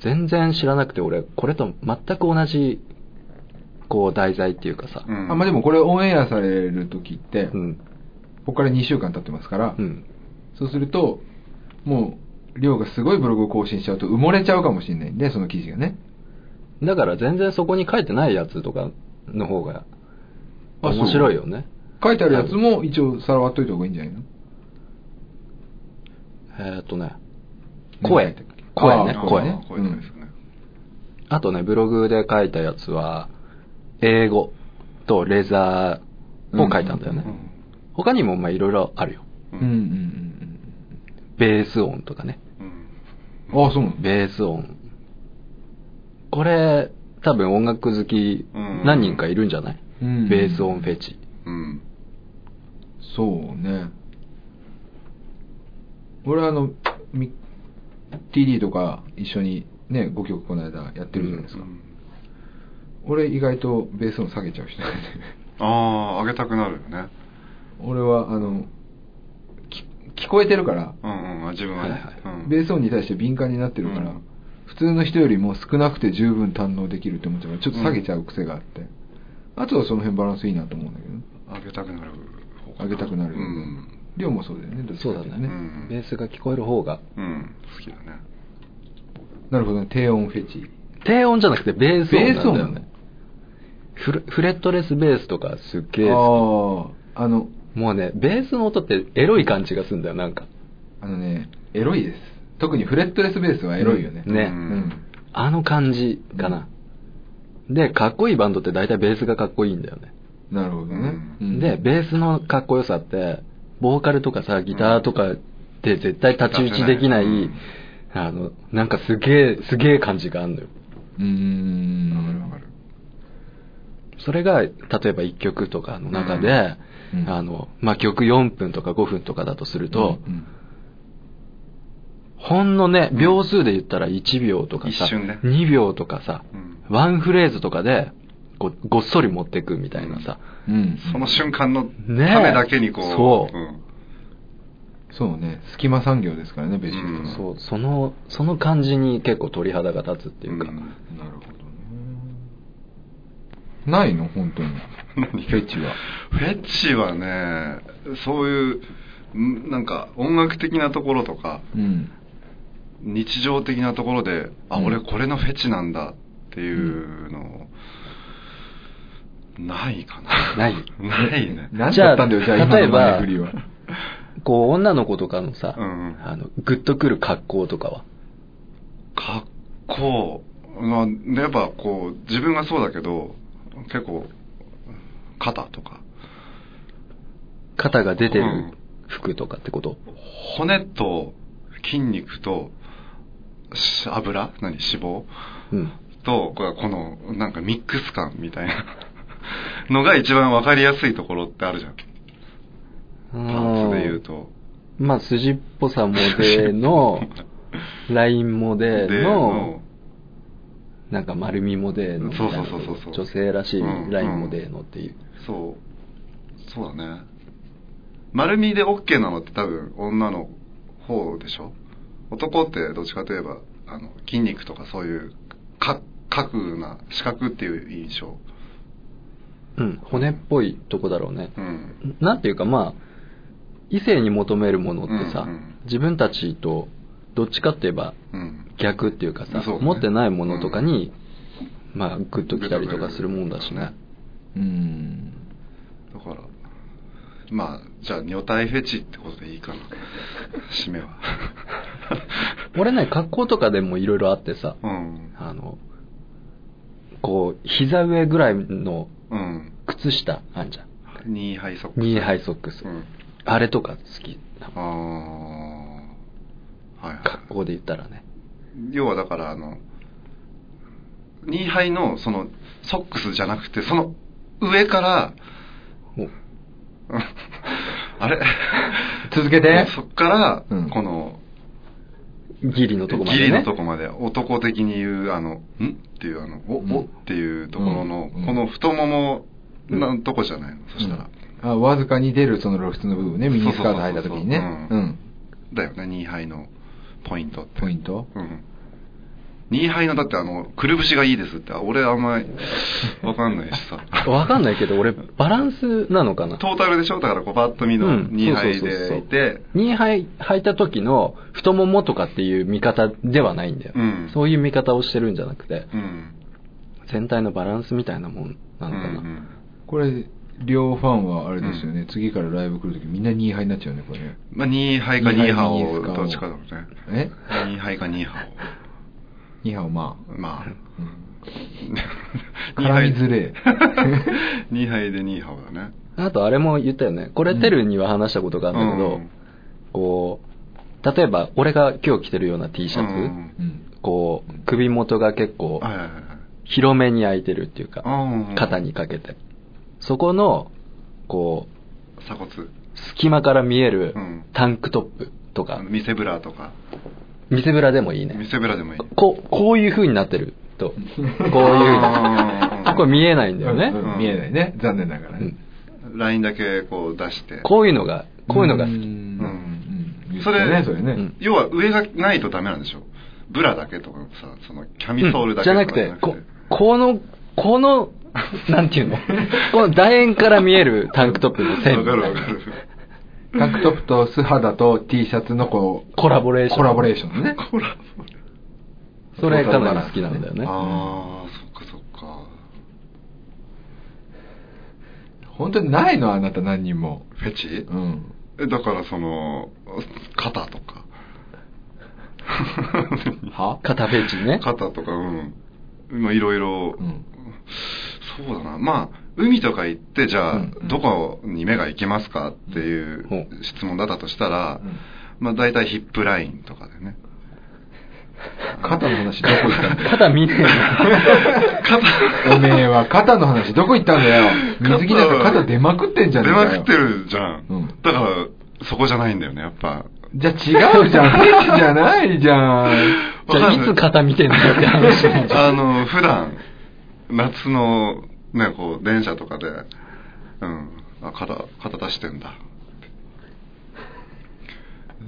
Speaker 2: 全然知らなくて俺これと全く同じこう題材っていうかさ、
Speaker 3: うん
Speaker 1: あまあでもこれオンエアされる時って、
Speaker 2: うん
Speaker 1: ここから2週間経ってますから、
Speaker 2: うん
Speaker 1: そうするともう量がすごいブログを更新しちゃうと埋もれちゃうかもしれないんでその記事がね
Speaker 2: だから全然そこに書いてないやつとかの方が
Speaker 1: あそう
Speaker 2: 面白いよね
Speaker 1: 書いてあるやつも一応さらわっといた方がいいんじゃないの
Speaker 2: えーっとね
Speaker 1: う
Speaker 2: 声
Speaker 1: ん
Speaker 2: 声ね
Speaker 1: あ
Speaker 3: あ
Speaker 1: ー
Speaker 2: 声
Speaker 1: ね
Speaker 3: 声ですね
Speaker 2: あとねブログで書いたやつは英語とレザーを書いたんだよね、
Speaker 1: うん
Speaker 2: 他にもまあいろいろあるよ
Speaker 1: うんうんうん
Speaker 2: ベース音とかね
Speaker 3: うん
Speaker 1: うんあそうなんだ
Speaker 2: ベース音これ多分音楽好き
Speaker 3: うん
Speaker 2: 何人かいるんじゃない、
Speaker 1: うん
Speaker 2: ベース音フェチ
Speaker 3: うん
Speaker 1: そうね俺あのみ TD とか一緒にね、5曲この間やってるじゃないです
Speaker 3: う
Speaker 1: か。
Speaker 3: ん
Speaker 1: 俺意外とベース音下げちゃう人なんで
Speaker 3: ああ上げたくなるよね
Speaker 1: 俺は、あの、き聞こえてるから、
Speaker 3: うんうんあ自分は
Speaker 2: はい
Speaker 3: ね
Speaker 2: はい
Speaker 3: うん
Speaker 1: ベース音に対して敏感になってるから、
Speaker 3: うん
Speaker 1: 普通の人よりも少なくて十分堪能できるって思っちゃうから、ちょっと下げちゃう癖があって。あとはその辺バランスいいなと思うんだけどね。
Speaker 3: 上げたくなる方か
Speaker 1: 上げたくなるよ
Speaker 3: う
Speaker 1: ね
Speaker 3: ん
Speaker 1: りょうもそうだよね、どっちか
Speaker 2: そう
Speaker 1: って
Speaker 2: だ
Speaker 1: いと
Speaker 2: ね
Speaker 3: うん
Speaker 2: ベースが聞こえる方が
Speaker 3: うん好きだね
Speaker 1: なるほどね、低音フェチ。
Speaker 2: 低音じゃなくてベース音なんだよ
Speaker 1: ベース音なの
Speaker 2: ねフレフレットレスベースとかすっげえ
Speaker 1: あ
Speaker 2: 好
Speaker 1: あ、あの、
Speaker 2: きもうねベースの音ってエロい感じがするんだよなんか
Speaker 1: あのね、エロいです。特にフレットレスベースはエロいよね。
Speaker 2: うんね
Speaker 1: うん。
Speaker 2: あの感じかな、でかっこいいバンドって大体ベースがかっこいいんだよね、
Speaker 1: なるほどね。うん
Speaker 2: でベースのかっこよさってボーカルとかさギターとかって絶対太刀打ちできない、
Speaker 3: うん
Speaker 2: あのなんかすげえすげえ感じがあるのよ
Speaker 1: うーん。
Speaker 3: わかるわかる
Speaker 2: それが例えば1曲とかの中で、
Speaker 1: うんうん
Speaker 2: あのまあ、曲4分とか5分とかだとすると、
Speaker 1: うん
Speaker 2: ほんのね秒数で言ったら1秒とかさ、
Speaker 3: 一瞬ね
Speaker 2: 2秒とかさ、
Speaker 3: うん
Speaker 2: ワンフレーズとかでごごっそり持ってくみたいなさ、
Speaker 1: うん。
Speaker 3: その瞬間のた
Speaker 2: ねえ
Speaker 3: めだけにこう
Speaker 2: そうん
Speaker 1: そうね。隙間産業ですからね、ベーシック
Speaker 3: うん
Speaker 1: は
Speaker 2: そうそのその感じに結構鳥肌が立つっていうか、
Speaker 3: うん
Speaker 1: なるほどね。ないの本当に。
Speaker 3: 何
Speaker 1: フェチは。
Speaker 3: フェチはねそういうんなんか音楽的なところとか
Speaker 1: うん。
Speaker 3: 日常的なところであ
Speaker 1: うん
Speaker 3: 俺これのフェチなんだっていうのないかな
Speaker 2: ない
Speaker 3: ないね
Speaker 1: 何だったんだよ、じ
Speaker 2: じ
Speaker 1: ゃ
Speaker 2: ゃ
Speaker 1: あ
Speaker 2: あ
Speaker 1: 今
Speaker 2: 例え
Speaker 1: の
Speaker 2: ば
Speaker 1: 前振りは。
Speaker 2: こう女の子とかのさ、
Speaker 3: うんうん
Speaker 2: あのグッとくる格好とかは
Speaker 3: 格好まあやっぱこう自分がそうだけど結構肩とか
Speaker 2: 肩が出て
Speaker 3: う
Speaker 2: る
Speaker 3: ん
Speaker 2: 服とかってこと、
Speaker 3: 骨と筋肉とし油何脂肪
Speaker 2: うん、
Speaker 3: とここのなんかミックス感みたいなのが一番わかりやすいところってあるじゃんパンツで言うと
Speaker 2: まあ筋っぽさもで のラインもで
Speaker 3: で
Speaker 2: のなんか丸みもでのみたいな
Speaker 3: そうそうそうそうそう
Speaker 2: 女性らしい
Speaker 3: うん
Speaker 2: ラインもでのっていう、
Speaker 3: そうそうだね丸みで OK なのって多分女の方でしょ男ってどっちかといえばあの筋肉とかそういうか角な四角っていう印象
Speaker 2: うん骨っぽいとこだろうね
Speaker 3: う、ん
Speaker 2: なんていうかまあ異性に求めるものってさ、
Speaker 3: うんうん
Speaker 2: 自分たちとどっちかって言えば
Speaker 3: うん
Speaker 2: 逆っていうかさ
Speaker 3: そうだね
Speaker 2: 持ってないものとかに、まあグッときたりとかするもんだしね
Speaker 1: うん。
Speaker 3: だからまあじゃあ女体フェチってことでいい かな締めは
Speaker 2: 俺ね格好とかでもいろいろあってさ、
Speaker 3: うん
Speaker 2: あの、こう、膝上ぐらいの
Speaker 3: うん
Speaker 2: 靴下あんじゃん。
Speaker 3: ニーハイソックス
Speaker 2: ニーハイソックス。
Speaker 3: うん
Speaker 2: あれとか好きな
Speaker 3: ああはいはい
Speaker 2: 格好で言ったらね。
Speaker 3: 要はだからあのニーハイのそのソックスじゃなくてその上から
Speaker 2: お
Speaker 3: うんあれ
Speaker 1: 続けて。
Speaker 3: そっから、
Speaker 1: うん
Speaker 3: この
Speaker 2: ギリのとこまで、ね。
Speaker 3: ギリのとこまで男的に言うあの「ん?」っていうあの「お、
Speaker 1: うん
Speaker 3: お」っていうところの、
Speaker 1: うん
Speaker 3: この太もも
Speaker 2: う
Speaker 3: のとこじゃないの、そしたら、
Speaker 1: うんあ、わずかに出るその露出の部分ね、ミニスカート履いた時にね。
Speaker 3: そうそうそう
Speaker 1: う。
Speaker 3: そうんだよねニーハイのポイントって
Speaker 1: ポイント
Speaker 3: うんニーハイのだってあのくるぶしがいいですって俺あんまりわかんないしさ
Speaker 2: わかんないけど、俺、バランスなのかな。
Speaker 3: トータルでしょだからこうパッと見
Speaker 2: う
Speaker 3: の
Speaker 2: ん
Speaker 3: 2杯
Speaker 2: そうそうそうそう
Speaker 3: でいて、
Speaker 2: ニーハイ履いた時の太ももとかっていう見方ではないんだよ。
Speaker 3: うん
Speaker 2: そういう見方をしてるんじゃなくて、
Speaker 3: うん。
Speaker 2: 全体のバランスみたいなもんなのかな。
Speaker 3: うん
Speaker 1: これ、両ファンはあれですよね、
Speaker 3: うん
Speaker 1: 次からライブ来るときみんなニーハイになっちゃうね、これね。
Speaker 3: まあ、ニーハイかニーハ
Speaker 1: ニーハイか
Speaker 3: オ
Speaker 1: ニーハオ
Speaker 3: どっちかだろうね。
Speaker 1: え
Speaker 3: ニーハイかニーハ
Speaker 1: ニーハイはま
Speaker 3: オ。ま あ。
Speaker 1: あ。うん絡みづ
Speaker 3: ず
Speaker 1: れえ
Speaker 3: ニーハイでニーハオだね。
Speaker 2: あとあれも言ったよね。これテルには話したことがあるんだけど、
Speaker 3: うん
Speaker 2: こう、例えば俺が今日着てるような T シャツ、
Speaker 3: うん
Speaker 1: うん。
Speaker 2: こう、首元が結構
Speaker 3: はいはいはい
Speaker 2: 広めに開いてるっていうか、
Speaker 3: はい。
Speaker 2: 肩
Speaker 3: に。
Speaker 2: にかけて。そこの、こ
Speaker 3: 鎖骨。
Speaker 2: う、隙間から見える
Speaker 3: うん
Speaker 2: タンクトップとか、
Speaker 3: 見せブラとか。
Speaker 2: 見せぶらでもいいね
Speaker 3: 見せべらでもいい。
Speaker 2: ここういう風になってる とこういう
Speaker 3: あー
Speaker 2: これ見えないんだよね、
Speaker 1: うんうん見えないね。残念ながらね。
Speaker 3: ラインだけこう出して。
Speaker 2: こういうのがこういうのが好き、
Speaker 1: うん
Speaker 3: うん
Speaker 1: うん
Speaker 3: それ
Speaker 1: 言ってたね、それね。
Speaker 2: うん
Speaker 3: 要は上がないとダメなんでしょブラだけとかさ、そのキャミソールだけ
Speaker 2: じゃ
Speaker 3: とか
Speaker 2: なくてここのこのなんていうのこの楕円から見えるタンクトップの線
Speaker 3: わかるわかる。
Speaker 1: タンクトップと素肌と T シャツのこう、
Speaker 2: コラボレーション
Speaker 1: コラボレーションね。
Speaker 3: ほら。
Speaker 2: それかなり好きなんだよね
Speaker 3: ああ、そっかそっか。
Speaker 1: 本当にないのあなた何人も。
Speaker 3: フェチ
Speaker 1: うん。
Speaker 3: えだからその、肩 とか。
Speaker 1: は
Speaker 2: 肩フェチね
Speaker 3: 肩とか、うん。まあいろいろ
Speaker 1: うん、
Speaker 3: そうだな。まあ、海とか行って、じゃあ、
Speaker 1: うん
Speaker 3: どこに目が行けますかっていううん質問だったとしたら、
Speaker 1: うん
Speaker 3: まあ大体ヒップラインとかでね。
Speaker 1: 肩の話どこ行ったんだよ。
Speaker 2: 肩見 ね え
Speaker 1: おめえは肩の話どこ行ったんだよ。 水着なんか肩出まくってんじゃね
Speaker 3: 出
Speaker 1: えか
Speaker 3: ま
Speaker 1: よ。
Speaker 3: くってるじゃん。
Speaker 1: うん
Speaker 3: だから、そこじゃないんだよね、やっぱ。
Speaker 1: じゃあ違う じゃん。フェチじゃないじゃん。
Speaker 2: じゃあいつ肩見てんだって話なんじゃん
Speaker 3: あの、普段、夏の、ね、こう、電車とかで、うん、あ、肩、肩出してんだ。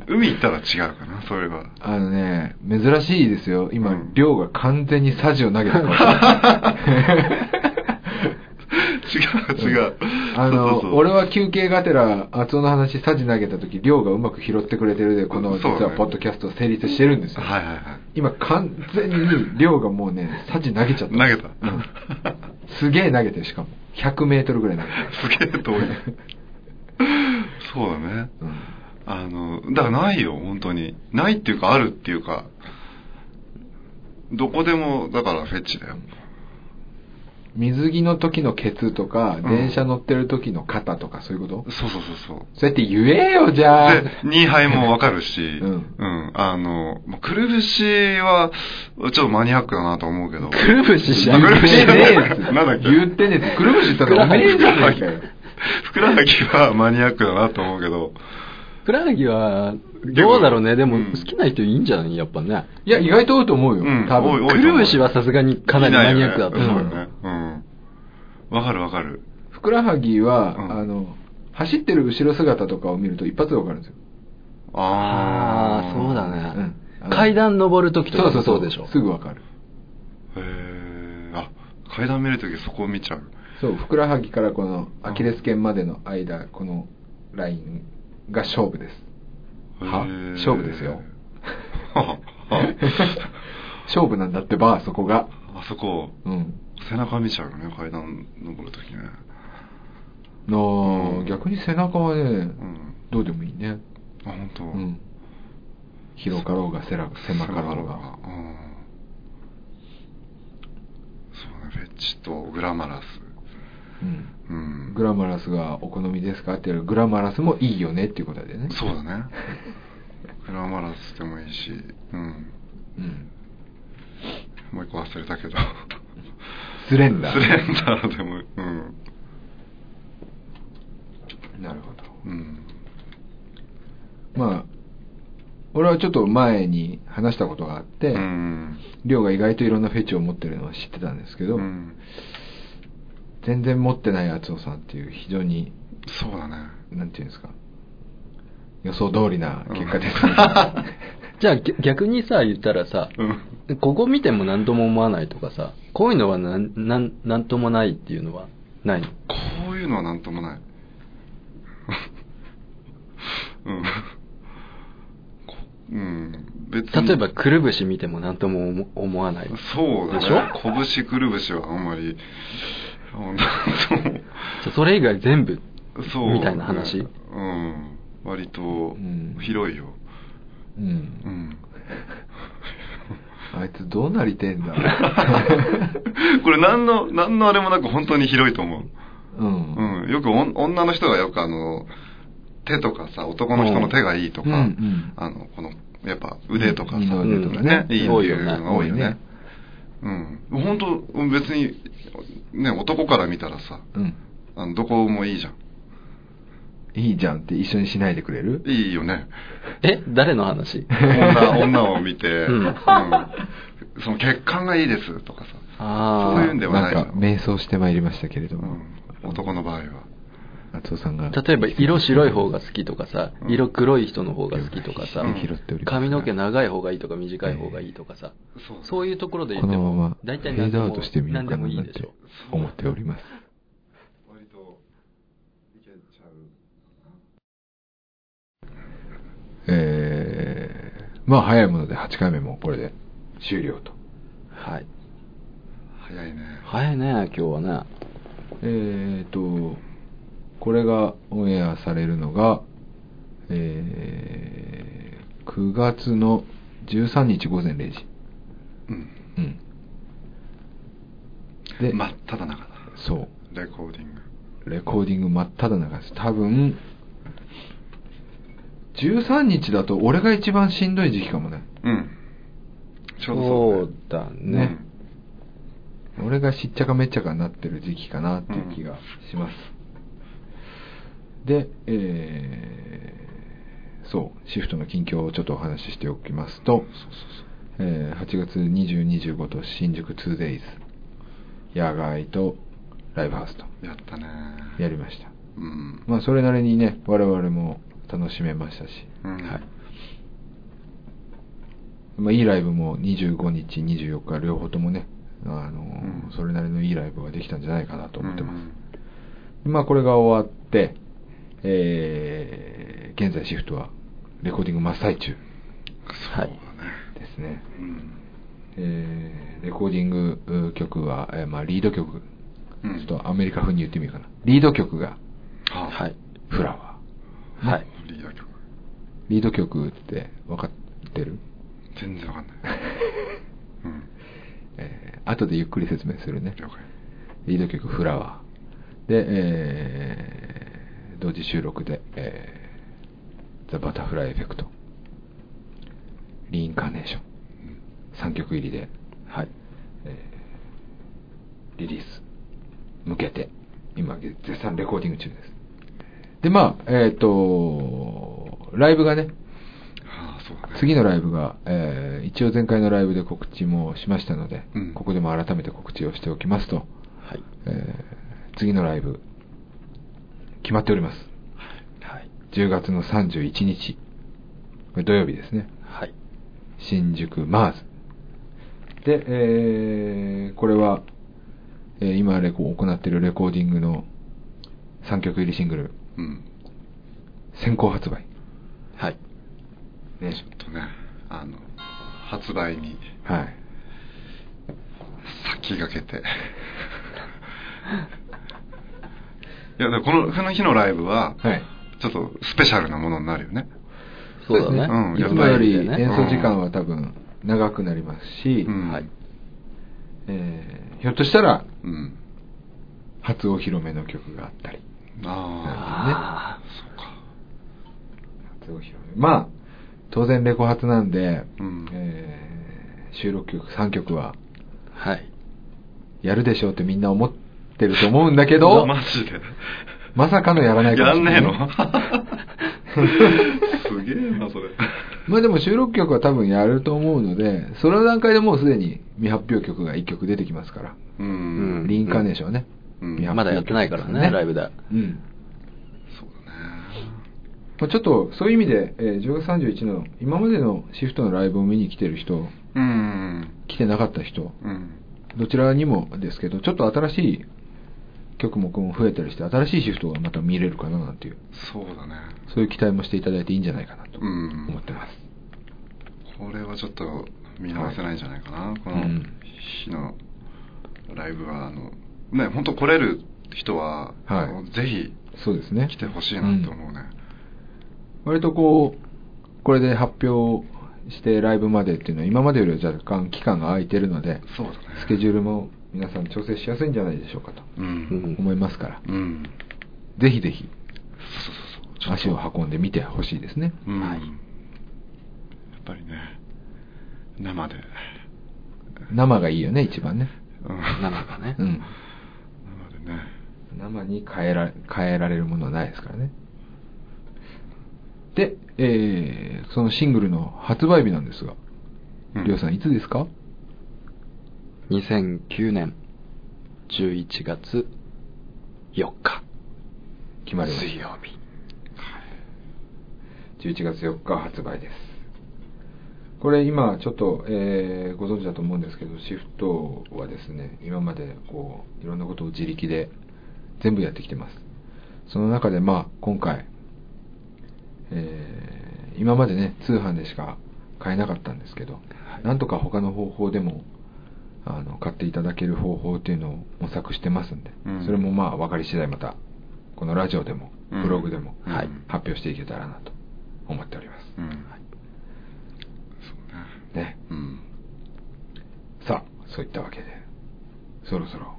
Speaker 3: 海行ったら違うかな、それは。
Speaker 1: あのね、珍しいですよ。今、
Speaker 3: うん
Speaker 1: りょうが完全にサジを投げた顔してる
Speaker 3: 違う、違う。
Speaker 1: あ
Speaker 3: そうそうそう
Speaker 1: の、俺は休憩がてら、厚尾の話、サジ投げた時、りょうがうまく拾ってくれてるで、この、実
Speaker 3: そうね
Speaker 1: はポッドキャストを成立してるんですよ。
Speaker 3: はいはいはい。
Speaker 1: 今、完全に、りょうがもうね、サジ投げちゃった。
Speaker 3: 投げた
Speaker 1: うん。すげえ投げてる、しかも。100メートルぐらい投げてる。
Speaker 3: すげえ遠い。 そうだね。
Speaker 1: うん
Speaker 3: あの、だからないよ、本当に。ないっていうか、あるっていうか、どこでも、だからフェチだよ。
Speaker 1: 水着の時のケツとか、
Speaker 3: ん
Speaker 1: 電車乗ってる時の肩とか、そういうこと
Speaker 3: そうそうそうそう。
Speaker 1: そうやって言えよ、じゃあ。
Speaker 3: で、2杯もわかるし、
Speaker 1: う
Speaker 3: うんん、あの、まあくるぶしは、ちょっとマニアックだなと思うけど。
Speaker 2: くるぶしじゃん
Speaker 3: くるぶしじゃな
Speaker 1: 言
Speaker 3: い
Speaker 1: ってねえっ つ
Speaker 3: なんだっけ
Speaker 1: 言ってねえっつくるぶし言ったらおめえじゃねえかよ。
Speaker 3: ふくらはぎはマニアックだなと思うけど、
Speaker 2: ふくらはぎはどうだろうねで
Speaker 3: う
Speaker 2: も
Speaker 3: ん
Speaker 2: 好きな人いいんじゃないやっぱね
Speaker 1: いや、意外と多いと思うよ。
Speaker 3: うん
Speaker 1: 多
Speaker 3: 多
Speaker 1: 分
Speaker 3: い。
Speaker 2: くるぶしはさすがにかなりマニアックだと
Speaker 3: いな
Speaker 2: 思
Speaker 3: いよ
Speaker 1: ん
Speaker 3: ね
Speaker 2: う
Speaker 3: そうだよね。うん。わかるわかる。
Speaker 1: ふくらはぎは、
Speaker 3: うん
Speaker 1: あの、走ってる後ろ姿とかを見ると一発でわかるんですよ。
Speaker 3: あ
Speaker 2: あ
Speaker 3: あ
Speaker 2: あそうだ
Speaker 1: うん
Speaker 2: ね、
Speaker 1: あの
Speaker 2: 階段登る時とかもそうでしょ
Speaker 1: すぐわかる。
Speaker 3: へえ。あ、階段見るときそこ見ちゃう。
Speaker 1: そう、ふくらはぎからこのアキレス腱までの間、このラインが勝負です。は
Speaker 3: へー
Speaker 1: 勝負ですよ。
Speaker 3: はは
Speaker 1: 勝負なんだって ば、そこが。
Speaker 3: あそこ、
Speaker 1: うん。
Speaker 3: 背中見ちゃうよね、階段登るときね。
Speaker 1: なあ、
Speaker 3: うん
Speaker 1: 逆に背中はね、
Speaker 3: ん
Speaker 1: どうでもいいね。
Speaker 3: あ、本当。
Speaker 1: うん。広かろうが、せら狭かろうが。
Speaker 3: うんそうねフェッチとグラマラス
Speaker 1: うん。
Speaker 3: うん
Speaker 1: グラマラスがお好みですかって言われるグラマラスもいいよねっていうことでね。
Speaker 3: そうだねグラマラスでもいいしうん
Speaker 1: うん。
Speaker 3: もう一個忘れたけど
Speaker 1: スレンダー。
Speaker 3: スレンダーでもうん
Speaker 1: なるほど。
Speaker 3: うん
Speaker 1: まあ、俺はちょっと前に話したことがあって、
Speaker 3: うん
Speaker 1: りょうが意外といろんなフェチを持ってるのは知ってたんですけど、
Speaker 3: うん
Speaker 1: 全然持ってない厚尾さんっていう非常に、
Speaker 3: そうだね
Speaker 1: なんていうんですか、予想通りな結果です、
Speaker 3: うん
Speaker 2: じゃあぎ逆にさ言ったらさ
Speaker 3: うん
Speaker 2: ここ見ても何とも思わないとかさこういうのはなんなんなんともないっていうのはないの
Speaker 3: こういうのはなんともない うんこうん別に
Speaker 2: 例えばくるぶし見ても何とも思思わない
Speaker 3: そうだ
Speaker 2: でしょ
Speaker 3: ね。拳くるぶしはあんまり、 うんそう
Speaker 2: そそれ以外全部
Speaker 3: そうね
Speaker 2: みたいな話
Speaker 3: うん。割と
Speaker 1: ん、
Speaker 3: 広いよ。
Speaker 1: う。
Speaker 3: うん ん。
Speaker 1: あいつどうなりてん だ
Speaker 3: これ何の、何のあれもなく本当に広いと思う。
Speaker 1: うん。
Speaker 3: うん。よくおん女の人がよくあの、手とかさ、男の人の手がいいとか、
Speaker 1: うんうん
Speaker 3: あの、この、やっぱ腕とかさ、
Speaker 1: うん二の腕とかね
Speaker 3: いいっていうのが
Speaker 1: 多
Speaker 3: 多いよ
Speaker 1: いよね
Speaker 3: ね。うん。本当別に、ね、男から見たらさ、
Speaker 1: うん。
Speaker 3: あのどこもいいじゃん。
Speaker 1: いいじゃんって一緒にしないでくれる
Speaker 3: いいよね。
Speaker 2: え誰の 話
Speaker 3: 女、女を見て、
Speaker 2: う
Speaker 3: うんんその血管がいいですとかさ。
Speaker 2: あ
Speaker 3: そういうんではない
Speaker 1: んか瞑想してまいりましたけれども、
Speaker 3: うん男の場合は。
Speaker 1: 夏尾さんが
Speaker 2: 例えば色白い方が好きとかさ、
Speaker 3: うん
Speaker 2: 色黒い人の方が好きとかさ、
Speaker 3: うん
Speaker 1: 拾っております
Speaker 2: 髪の毛長い方がいいとか短い方がいいとかさ、
Speaker 3: そう
Speaker 2: そういうところで言
Speaker 1: こ
Speaker 2: って
Speaker 1: のま
Speaker 2: も
Speaker 1: ま、フ
Speaker 2: 大
Speaker 1: ェ
Speaker 2: 体
Speaker 1: ー
Speaker 2: 何で
Speaker 1: ドアウ
Speaker 2: も
Speaker 1: トしてみよ
Speaker 2: 何
Speaker 1: う
Speaker 2: で
Speaker 1: か
Speaker 2: もいい
Speaker 1: なんっ
Speaker 2: でしてょ。
Speaker 1: 思っております
Speaker 3: 割と、いけちゃう。
Speaker 1: えー、まあ早いもので8回目もこれで終了と
Speaker 2: はい。
Speaker 3: 早いね。
Speaker 2: 早いね、今日はね。
Speaker 1: えーとこれがオンエアされるのが、えー、9月の13日午前0時
Speaker 3: うん。
Speaker 1: うんで、
Speaker 3: 真っ只中だ。
Speaker 1: そう
Speaker 3: レコーディング。
Speaker 1: レコーディング真っ只中です。多分、13日だと俺が一番しんどい時期かもね。
Speaker 3: うん。ちょうどそう
Speaker 2: そうだ
Speaker 3: ね。
Speaker 2: ね。
Speaker 1: 俺がしっちゃかめっちゃかになってる時期かなっていう気がします。で、えーそう、シフトの近況をちょっとお話ししておきますと、えー8月20、25と新宿 2days、野外とライブハウスと
Speaker 3: うんやったね。
Speaker 1: やりました。
Speaker 3: うん。
Speaker 1: まあ、それなりにね、我々も楽しめましたし、
Speaker 3: うん
Speaker 2: はい
Speaker 1: まあ、いいライブも25日、24日、両方ともね、あのー
Speaker 3: うん
Speaker 1: それなりのいいライブができたんじゃないかなと思ってます。
Speaker 3: うん
Speaker 1: まあ、これが終わって、えー現在シフトはレコーディング真っ最中
Speaker 3: そう
Speaker 2: は
Speaker 3: だ
Speaker 2: い
Speaker 3: ね。
Speaker 1: ですね。
Speaker 3: うん。
Speaker 1: えーレコーディングうー曲は、えーまあ、リード曲、
Speaker 3: うん
Speaker 1: ちょっとアメリカ風に言ってみようかな。リード曲が
Speaker 2: は。い。
Speaker 1: フラワー。
Speaker 2: はい。
Speaker 3: リーダー曲。
Speaker 1: リード曲って分かってる
Speaker 3: 全然 わかんない。うん。
Speaker 1: えー後でゆっくり説明するね
Speaker 3: 了解。
Speaker 1: リード曲「フラワー」で、えー同時収録で「えーザ・バタフライ・エフェクト」「リインカーネーション」3曲入りで、
Speaker 2: はい。
Speaker 1: えーリリース向けて今絶賛レコーディング中ですでまあえっ、とライブがね
Speaker 3: ああ、そうだね。
Speaker 1: 次のライブが、えー一応前回のライブで告知もしましたので、
Speaker 3: うん
Speaker 1: ここでも改めて告知をしておきますと、
Speaker 2: はい。
Speaker 1: えー次のライブ決まっております
Speaker 2: はい。
Speaker 1: 10月の31日これ土曜日ですね
Speaker 2: はい。
Speaker 1: 新宿マーズで、えーこれは、えー今レコ行っているレコーディングの3曲入りシングル
Speaker 3: うん。
Speaker 1: 先行発売
Speaker 2: はい。
Speaker 1: ね
Speaker 3: ちょっとね、あの、発売に
Speaker 1: はい
Speaker 3: 先駆け て。いや、でもこの、この日のライブは、
Speaker 1: はい
Speaker 3: ちょっとスペシャルなものになるよね。
Speaker 2: そうだね。
Speaker 3: うん
Speaker 1: いつもより
Speaker 2: やっぱりね
Speaker 1: 演奏時間は多分長くなりますし、
Speaker 3: うん
Speaker 2: はい。
Speaker 1: えーひょっとしたら
Speaker 3: うん。
Speaker 1: 初お披露目の曲があったり
Speaker 2: あ
Speaker 3: ああ、そうか。
Speaker 1: 初お披露目まあ当然レコ発なんで、
Speaker 3: うん
Speaker 1: えー収録曲3曲は
Speaker 2: はい。
Speaker 1: やるでしょうってみんな思ってると思うんだけど
Speaker 3: マジで。
Speaker 1: まさかのやらないかも
Speaker 3: や
Speaker 1: し
Speaker 3: ん
Speaker 1: れな
Speaker 3: ねえ
Speaker 1: い
Speaker 3: の すげえな、それ。
Speaker 1: まあでも収録曲は多分やると思うのでその段階でもうすでに未発表曲が1曲出てきますから、
Speaker 3: う
Speaker 2: うん
Speaker 3: ん。
Speaker 1: リインカーネーションはね、
Speaker 3: うん
Speaker 1: 未発表曲
Speaker 2: まだやってないからね、ライブで。
Speaker 1: うん
Speaker 3: そうだね。
Speaker 1: まあちょっとそういう意味で、えー10月31の今までのシフトのライブを見に来てる人
Speaker 3: うん。
Speaker 1: 来てなかった人
Speaker 3: うん。
Speaker 1: どちらにもですけどちょっと新しい曲目も増えたりして新しいシフトがまた見れるかななんていう
Speaker 3: そうだね。
Speaker 1: そういう期待もしていただいていいんじゃないかなと
Speaker 3: うん
Speaker 1: 思ってます、
Speaker 3: これはちょっと見直せないんじゃないかな、こ
Speaker 1: う
Speaker 3: の
Speaker 1: ん
Speaker 3: 日のライブはあのね本当来れる人は、
Speaker 1: はい
Speaker 3: あのぜひ
Speaker 1: そうですね
Speaker 3: 来てほしいなと思うね、
Speaker 1: 割とこうこれで発表してライブまでっていうのは今までよりは若干期間が空いてるので
Speaker 3: そうだね
Speaker 1: スケジュールも皆さん調整しやすいんじゃないでしょうかと
Speaker 3: うん
Speaker 2: うん
Speaker 1: 思いますから、
Speaker 3: うん、
Speaker 1: ぜひぜひ
Speaker 3: そうそうそう
Speaker 1: 足を運んでみてほしいですね、
Speaker 3: うん、
Speaker 2: はい
Speaker 3: やっぱりね生で、
Speaker 1: 生がいいよね一番ね
Speaker 3: うん
Speaker 2: 生がね
Speaker 1: うん
Speaker 3: 生でね
Speaker 1: 生に変えら変えられるものはないですからねえーそのシングルの発売日なんですが、
Speaker 3: うん
Speaker 1: りょうさんいつですか
Speaker 2: 2009年11月4日
Speaker 1: 決まりました
Speaker 2: 水曜日
Speaker 1: 11月4日発売ですこれ今ちょっと、えーご存知だと思うんですけどシフトはですね今までこういろんなことを自力で全部やってきてますその中でまあ今回、えー今までね通販でしか買えなかったんですけど、
Speaker 2: はい
Speaker 1: なんとか他の方法でもあの買っていただける方法っていうのを模索してますんで、
Speaker 3: うん
Speaker 1: それもまあ分かり次第またこのラジオでも
Speaker 3: うん
Speaker 1: ブログでも
Speaker 3: はい
Speaker 1: 発表していけたらなと思っております、
Speaker 3: うん
Speaker 2: はい
Speaker 3: そうね
Speaker 1: ね
Speaker 3: うん
Speaker 1: さあそういったわけでそろそろ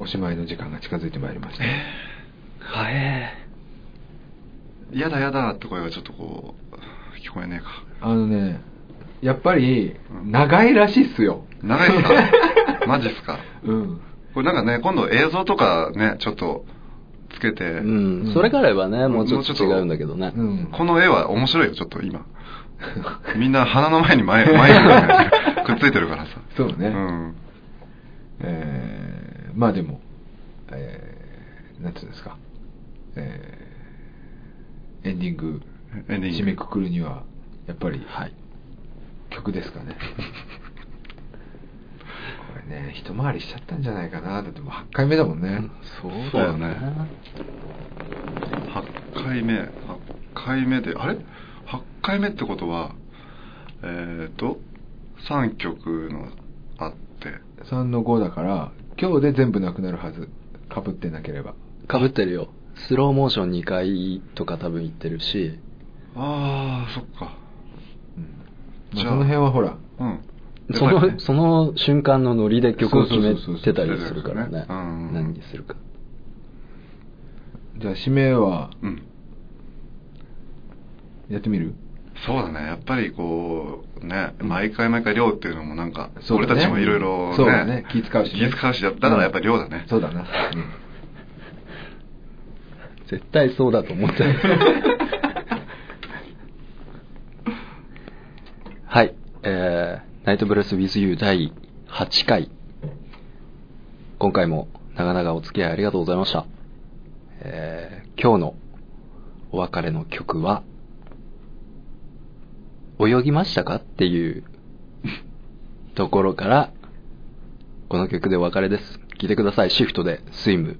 Speaker 1: おしまいの時間が近づいてまいりました、
Speaker 2: はえ
Speaker 3: やだやだって声がちょっとこう聞こえねえか
Speaker 1: あのねやっぱり
Speaker 3: うん
Speaker 1: 長いらしいっすよ
Speaker 3: 長い っすかマジっすか
Speaker 1: うん
Speaker 3: これなんかね今度映像とかねちょっとつけて、
Speaker 2: うん、それがあればねもうちょっと
Speaker 3: もうちょっと
Speaker 2: 違うんだけどね、
Speaker 1: うん
Speaker 3: この絵は面白いよちょっと今みんな鼻の前に前前 にくっついてるからさ
Speaker 1: そうね
Speaker 3: うん
Speaker 1: えーまあでも、えーなんていうんですか、えーエンディング、
Speaker 3: エンディング
Speaker 1: 締めくくるには、やっぱり、
Speaker 2: はい
Speaker 1: 曲です かね。これね、一回りしちゃったんじゃないかな、だってもう8回目だもんね。
Speaker 2: そう
Speaker 3: そ
Speaker 2: だ
Speaker 3: うだ
Speaker 2: よ
Speaker 3: よね
Speaker 2: ね
Speaker 3: 8回目8回目であれ ?8 回目ってことはえっ、ー、と3曲のあって
Speaker 1: 3の5だから、今日で全部なくなるはず、かぶってなければ。
Speaker 2: かぶってるよスローモーション2回とか多分行ってるし
Speaker 3: ああそっか
Speaker 1: うんまあ、
Speaker 3: じゃあ
Speaker 1: その辺はほら、
Speaker 3: うん
Speaker 2: そ
Speaker 3: やっぱり
Speaker 2: の
Speaker 3: ね
Speaker 2: その瞬間のノリで曲を決
Speaker 1: そ
Speaker 2: め
Speaker 1: うそうそうそ
Speaker 2: て
Speaker 1: う
Speaker 2: たりするからね
Speaker 3: うんうんうん
Speaker 2: 何にするか
Speaker 1: じゃあ締めは
Speaker 3: うん
Speaker 1: やってみる
Speaker 3: そうだねやっぱりこうね毎回毎回量っていうのもなんか、
Speaker 1: そう
Speaker 3: 俺
Speaker 1: だね
Speaker 3: たちもいろいろ
Speaker 1: そうだね気使うしね
Speaker 3: 気使うしだだからやっぱり量だね、
Speaker 1: そうだな。 うん
Speaker 2: 絶対そうだと思ってるはいえー「ナイトブレス WithYou」第8回今回も長々お付き合いありがとうございましたえー今日のお別れの曲は「泳ぎましたか?」っていう ところからこの曲でお別れです聴いてくださいシフトでスイム